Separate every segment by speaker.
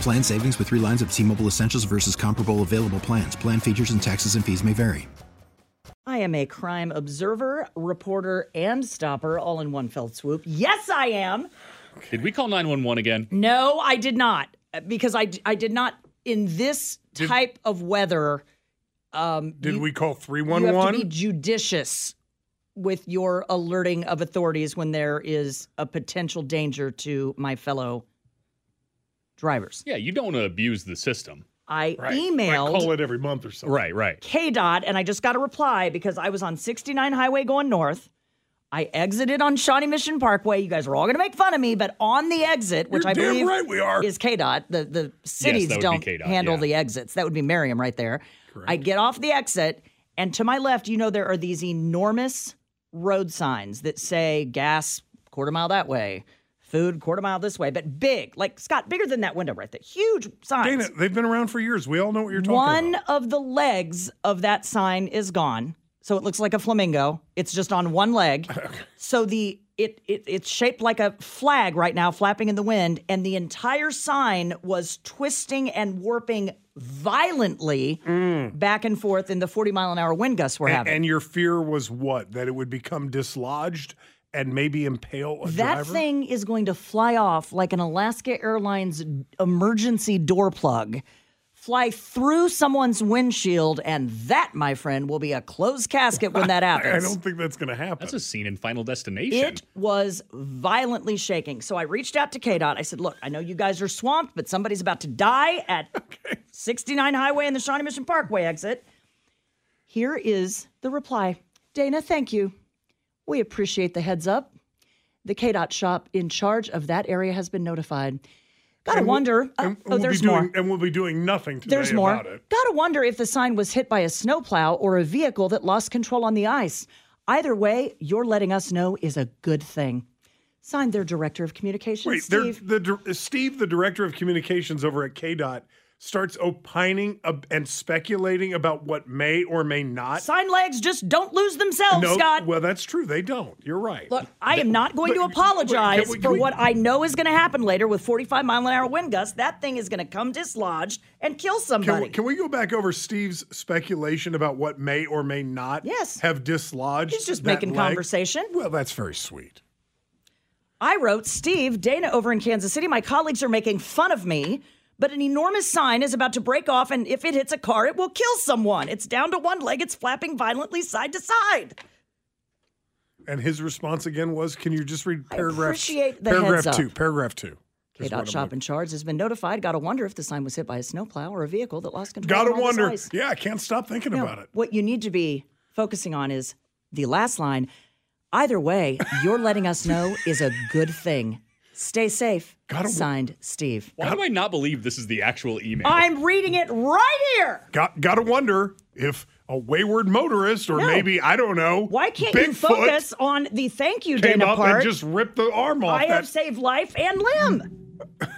Speaker 1: Plan savings with three lines of T Mobile Essentials versus comparable available plans. Plan features and taxes and fees may vary.
Speaker 2: I am a crime observer, reporter, and stopper all in one fell swoop. Yes, I am.
Speaker 3: Did we call 911 again?
Speaker 2: No, I did not because I, I did not in this
Speaker 4: Did-
Speaker 2: type of weather. Um,
Speaker 4: Did
Speaker 2: you-
Speaker 4: we call three
Speaker 2: you
Speaker 4: one
Speaker 2: have to be
Speaker 4: one?
Speaker 2: judicious with your alerting of authorities when there is a potential danger to my fellow drivers.
Speaker 3: Yeah, you don't want to abuse the system.
Speaker 2: I
Speaker 4: Like,
Speaker 2: emailed
Speaker 4: call it every month or something.
Speaker 3: Right, right.
Speaker 2: KDOT, and I just got a reply because I was on 69 Highway going north. I exited on Shawnee Mission Parkway. You guys were all going to make fun of me, but on the exit, which
Speaker 4: You're
Speaker 2: I
Speaker 4: damn
Speaker 2: believe
Speaker 4: right we are.
Speaker 2: is KDOT, the, the cities
Speaker 3: that would be
Speaker 2: don't
Speaker 3: KDOT,
Speaker 2: handle
Speaker 3: yeah.
Speaker 2: the exits. That would be Merriam right there. I get off the exit, and to my left, you know, there are these enormous road signs that say gas quarter mile that way, food quarter mile this way, but big, like Scott, bigger than that window right there. Huge signs.
Speaker 4: Dana, they've been around for years. We all know what you're talking
Speaker 2: One
Speaker 4: about.
Speaker 2: of the legs of that sign is gone. So it looks like a flamingo. It's just on one leg. so the it, it it's shaped like a flag right now flapping in the wind and the entire sign was twisting and warping violently
Speaker 4: Mm.
Speaker 2: back and forth in the 40 mile an hour wind gusts we're
Speaker 4: And,
Speaker 2: having.
Speaker 4: and your fear was what? That it would become dislodged and maybe impale a
Speaker 2: that
Speaker 4: driver?
Speaker 2: thing is going to fly off like an Alaska Airlines emergency door plug, fly through someone's windshield, and that, my friend, will be a closed casket when that
Speaker 4: I, I
Speaker 2: happens.
Speaker 4: don't think that's going to happen.
Speaker 3: That's a scene in Final Destination.
Speaker 2: It was violently shaking. So I reached out to KDOT. I said, Look, I know you guys are swamped, but somebody's about to die at 69 Highway and the Shawnee Mission Parkway exit. Here is the reply Dana, thank you. We appreciate the heads up. The KDOT shop in charge of that area has been notified. Gotta wonder. uh,
Speaker 4: and
Speaker 2: oh,
Speaker 4: we'll
Speaker 2: there's
Speaker 4: be doing,
Speaker 2: more.
Speaker 4: And we'll be doing nothing today
Speaker 2: There's more.
Speaker 4: about it.
Speaker 2: Gotta wonder if the sign was hit by a snowplow or a vehicle that lost control on the ice. Either way, your letting us know is a good thing. Signed their director of communications,
Speaker 4: Wait, they're-
Speaker 2: Steve.
Speaker 4: the dir- Steve, the director of communications over at KDOT, starts opining ab- and speculating about what may or may not.
Speaker 2: Sign legs just don't lose themselves,
Speaker 4: no,
Speaker 2: Scott.
Speaker 4: well, that's true. They don't. You're right.
Speaker 2: Look, I am not going to
Speaker 4: But-
Speaker 2: apologize
Speaker 4: wait, can we-
Speaker 2: for
Speaker 4: can we-
Speaker 2: what I know is going to happen later with 45 mile an hour wind gusts. That thing is going to come dislodged and kill
Speaker 4: Can
Speaker 2: somebody.
Speaker 4: we, can we go back over Steve's speculation about what may or may not
Speaker 2: Yes.
Speaker 4: have dislodged?
Speaker 2: He's just
Speaker 4: that
Speaker 2: making
Speaker 4: leg?
Speaker 2: conversation.
Speaker 4: Well, that's very sweet.
Speaker 2: I wrote, Steve, Dana over in Kansas City, my colleagues are making fun of me, but an enormous sign is about to break off, and if it hits a car, it will kill someone. It's down to one leg, it's flapping violently side to side.
Speaker 4: And his response again was, "Can you just read paragraph
Speaker 2: appreciate the
Speaker 4: paragraph
Speaker 2: heads up.
Speaker 4: two? Paragraph two. Just
Speaker 2: KDOT
Speaker 4: what I'm
Speaker 2: Shop
Speaker 4: looking-
Speaker 2: in Charge has been notified. Gotta wonder if the sign was hit by a snowplow or a vehicle that lost control.
Speaker 4: Gotta
Speaker 2: of all this
Speaker 4: wonder.
Speaker 2: ice.
Speaker 4: Yeah, I can't stop thinking
Speaker 2: No,
Speaker 4: about it.
Speaker 2: What you need to be focusing on is the last line. Either way, you're letting us know is a good thing. Stay safe.
Speaker 4: Gotta-
Speaker 2: Signed, Steve.
Speaker 3: Why do I not believe this is the actual email?
Speaker 2: I'm reading it right here.
Speaker 4: Got gotta wonder if a wayward motorist or
Speaker 2: No.
Speaker 4: maybe I don't know.
Speaker 2: Why can't you
Speaker 4: Bigfoot
Speaker 2: focus on the thank you,
Speaker 4: Came
Speaker 2: Dana
Speaker 4: up
Speaker 2: part?
Speaker 4: and just ripped the arm off.
Speaker 2: I
Speaker 4: that.
Speaker 2: have saved life and limb.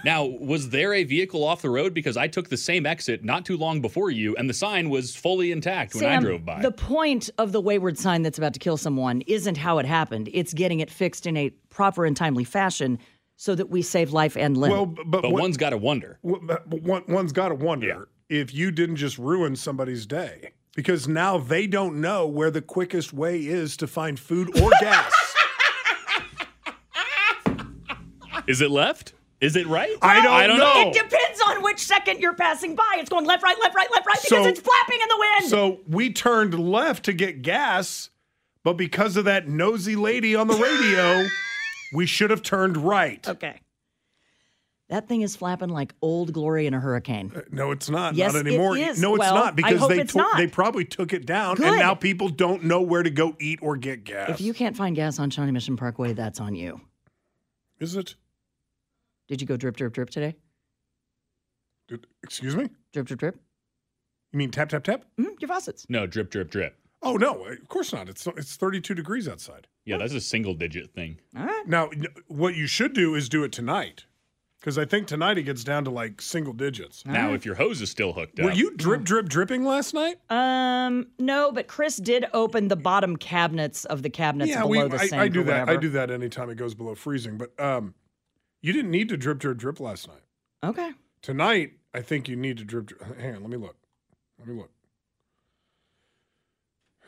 Speaker 3: now, was there a vehicle off the road? Because I took the same exit not too long before you, and the sign was fully intact when I
Speaker 2: Sam,
Speaker 3: drove by.
Speaker 2: The point of the wayward sign that's about to kill someone isn't how it happened. It's getting it fixed in a proper and timely fashion so that we save life and limb.
Speaker 4: well, b- oh, but,
Speaker 3: but
Speaker 4: what-
Speaker 3: one's got to wonder.
Speaker 4: Well, but but one, one's got to wonder if you didn't just ruin somebody's day because now they don't know where the quickest way is to find food or gas.
Speaker 3: Is it left? Is it right?
Speaker 4: I don't know.
Speaker 3: know.
Speaker 2: It depends on which second you're passing by. It's going left, right, left, right, left, right because
Speaker 4: So-
Speaker 2: it's flapping in the wind.
Speaker 4: So we turned left to get gas, but because of that nosy lady on the radio, we should have turned right.
Speaker 2: okay. That thing is flapping like old glory in a hurricane.
Speaker 4: No, it's not.
Speaker 2: Yes, it
Speaker 4: not anymore.
Speaker 2: is.
Speaker 4: No, it's
Speaker 2: Well, I
Speaker 4: not because
Speaker 2: hope
Speaker 4: they
Speaker 2: it's
Speaker 4: took-
Speaker 2: not.
Speaker 4: they probably took it down, and
Speaker 2: Good.
Speaker 4: now people don't know where to go eat or get gas.
Speaker 2: If you can't find gas on Shawnee Mission Parkway, that's on you.
Speaker 4: Is it?
Speaker 2: Did you go drip, drip, drip today?
Speaker 4: it- Excuse me.
Speaker 2: Drip, drip, drip?
Speaker 4: You mean tap tap tap?
Speaker 2: Mm, your faucets.
Speaker 3: No, drip, drip, drip.
Speaker 4: Oh no, of course not. It's it's 32 degrees outside.
Speaker 3: Yeah, that's a single digit thing.
Speaker 2: All right.
Speaker 4: Now, n- what you should do is do it tonight, because I think tonight it gets down to like single digits.
Speaker 3: Now, if your hose is still hooked up,
Speaker 4: Were you
Speaker 2: Mm.
Speaker 4: drip drip dripping last night?
Speaker 2: Um, no, but Chris did open the bottom cabinets of the cabinets
Speaker 4: yeah,
Speaker 2: below
Speaker 4: we,
Speaker 2: the
Speaker 4: I,
Speaker 2: sink.
Speaker 4: I
Speaker 2: or
Speaker 4: do that. I
Speaker 2: whatever.
Speaker 4: do that anytime it goes below freezing. But um, you didn't need to drip drip drip last night.
Speaker 2: Okay.
Speaker 4: Tonight, I think you need to drip. drip. Hang on, let me look. Let me look.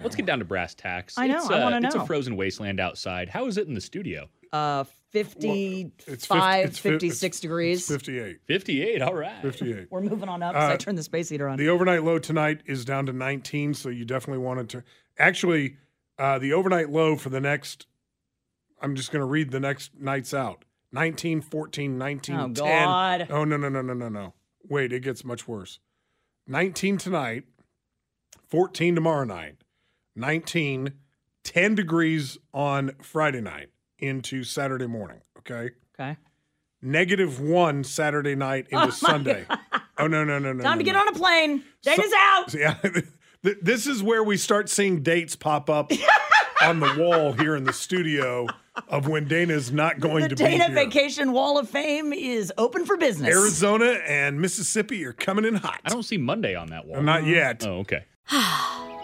Speaker 3: let's get down to brass tacks.
Speaker 2: I know,
Speaker 3: It's, uh,
Speaker 2: I wanna
Speaker 3: It's
Speaker 2: know.
Speaker 3: a frozen wasteland outside. How is it in the studio?
Speaker 2: Uh,
Speaker 4: It's
Speaker 2: 55,
Speaker 4: fif- it's fif-
Speaker 2: 56
Speaker 4: it's-
Speaker 2: degrees.
Speaker 4: It's 58.
Speaker 3: 58. All right.
Speaker 4: 58.
Speaker 2: We're moving on up because I
Speaker 4: Uh,
Speaker 2: turned the space heater on.
Speaker 4: The overnight low tonight is down to 19, so you definitely wanted to. Actually, uh, the overnight low for the next, I'm just going to read the next nights out 19, 14, 19,
Speaker 2: Oh,
Speaker 4: 10.
Speaker 2: God.
Speaker 4: Oh, no, no, no, no, no, no. Wait, it gets much worse. 19 tonight, 14 tomorrow night, 19, 10 degrees on Friday night into Saturday morning. Okay.
Speaker 2: okay.
Speaker 4: Negative one Saturday night into Sunday. Oh, no, no, no, no.
Speaker 2: Time
Speaker 4: no,
Speaker 2: to get
Speaker 4: no.
Speaker 2: on a plane. Data's
Speaker 4: So-
Speaker 2: out.
Speaker 4: Yeah. Th- This is where we start seeing dates pop up on the wall here in the studio of when Dana's not going
Speaker 2: The
Speaker 4: to
Speaker 2: Dana
Speaker 4: be here.
Speaker 2: Vacation Wall of Fame is open for business.
Speaker 4: Arizona and Mississippi are coming in hot.
Speaker 3: I don't see Monday on that wall.
Speaker 4: Not yet.
Speaker 3: Oh, okay.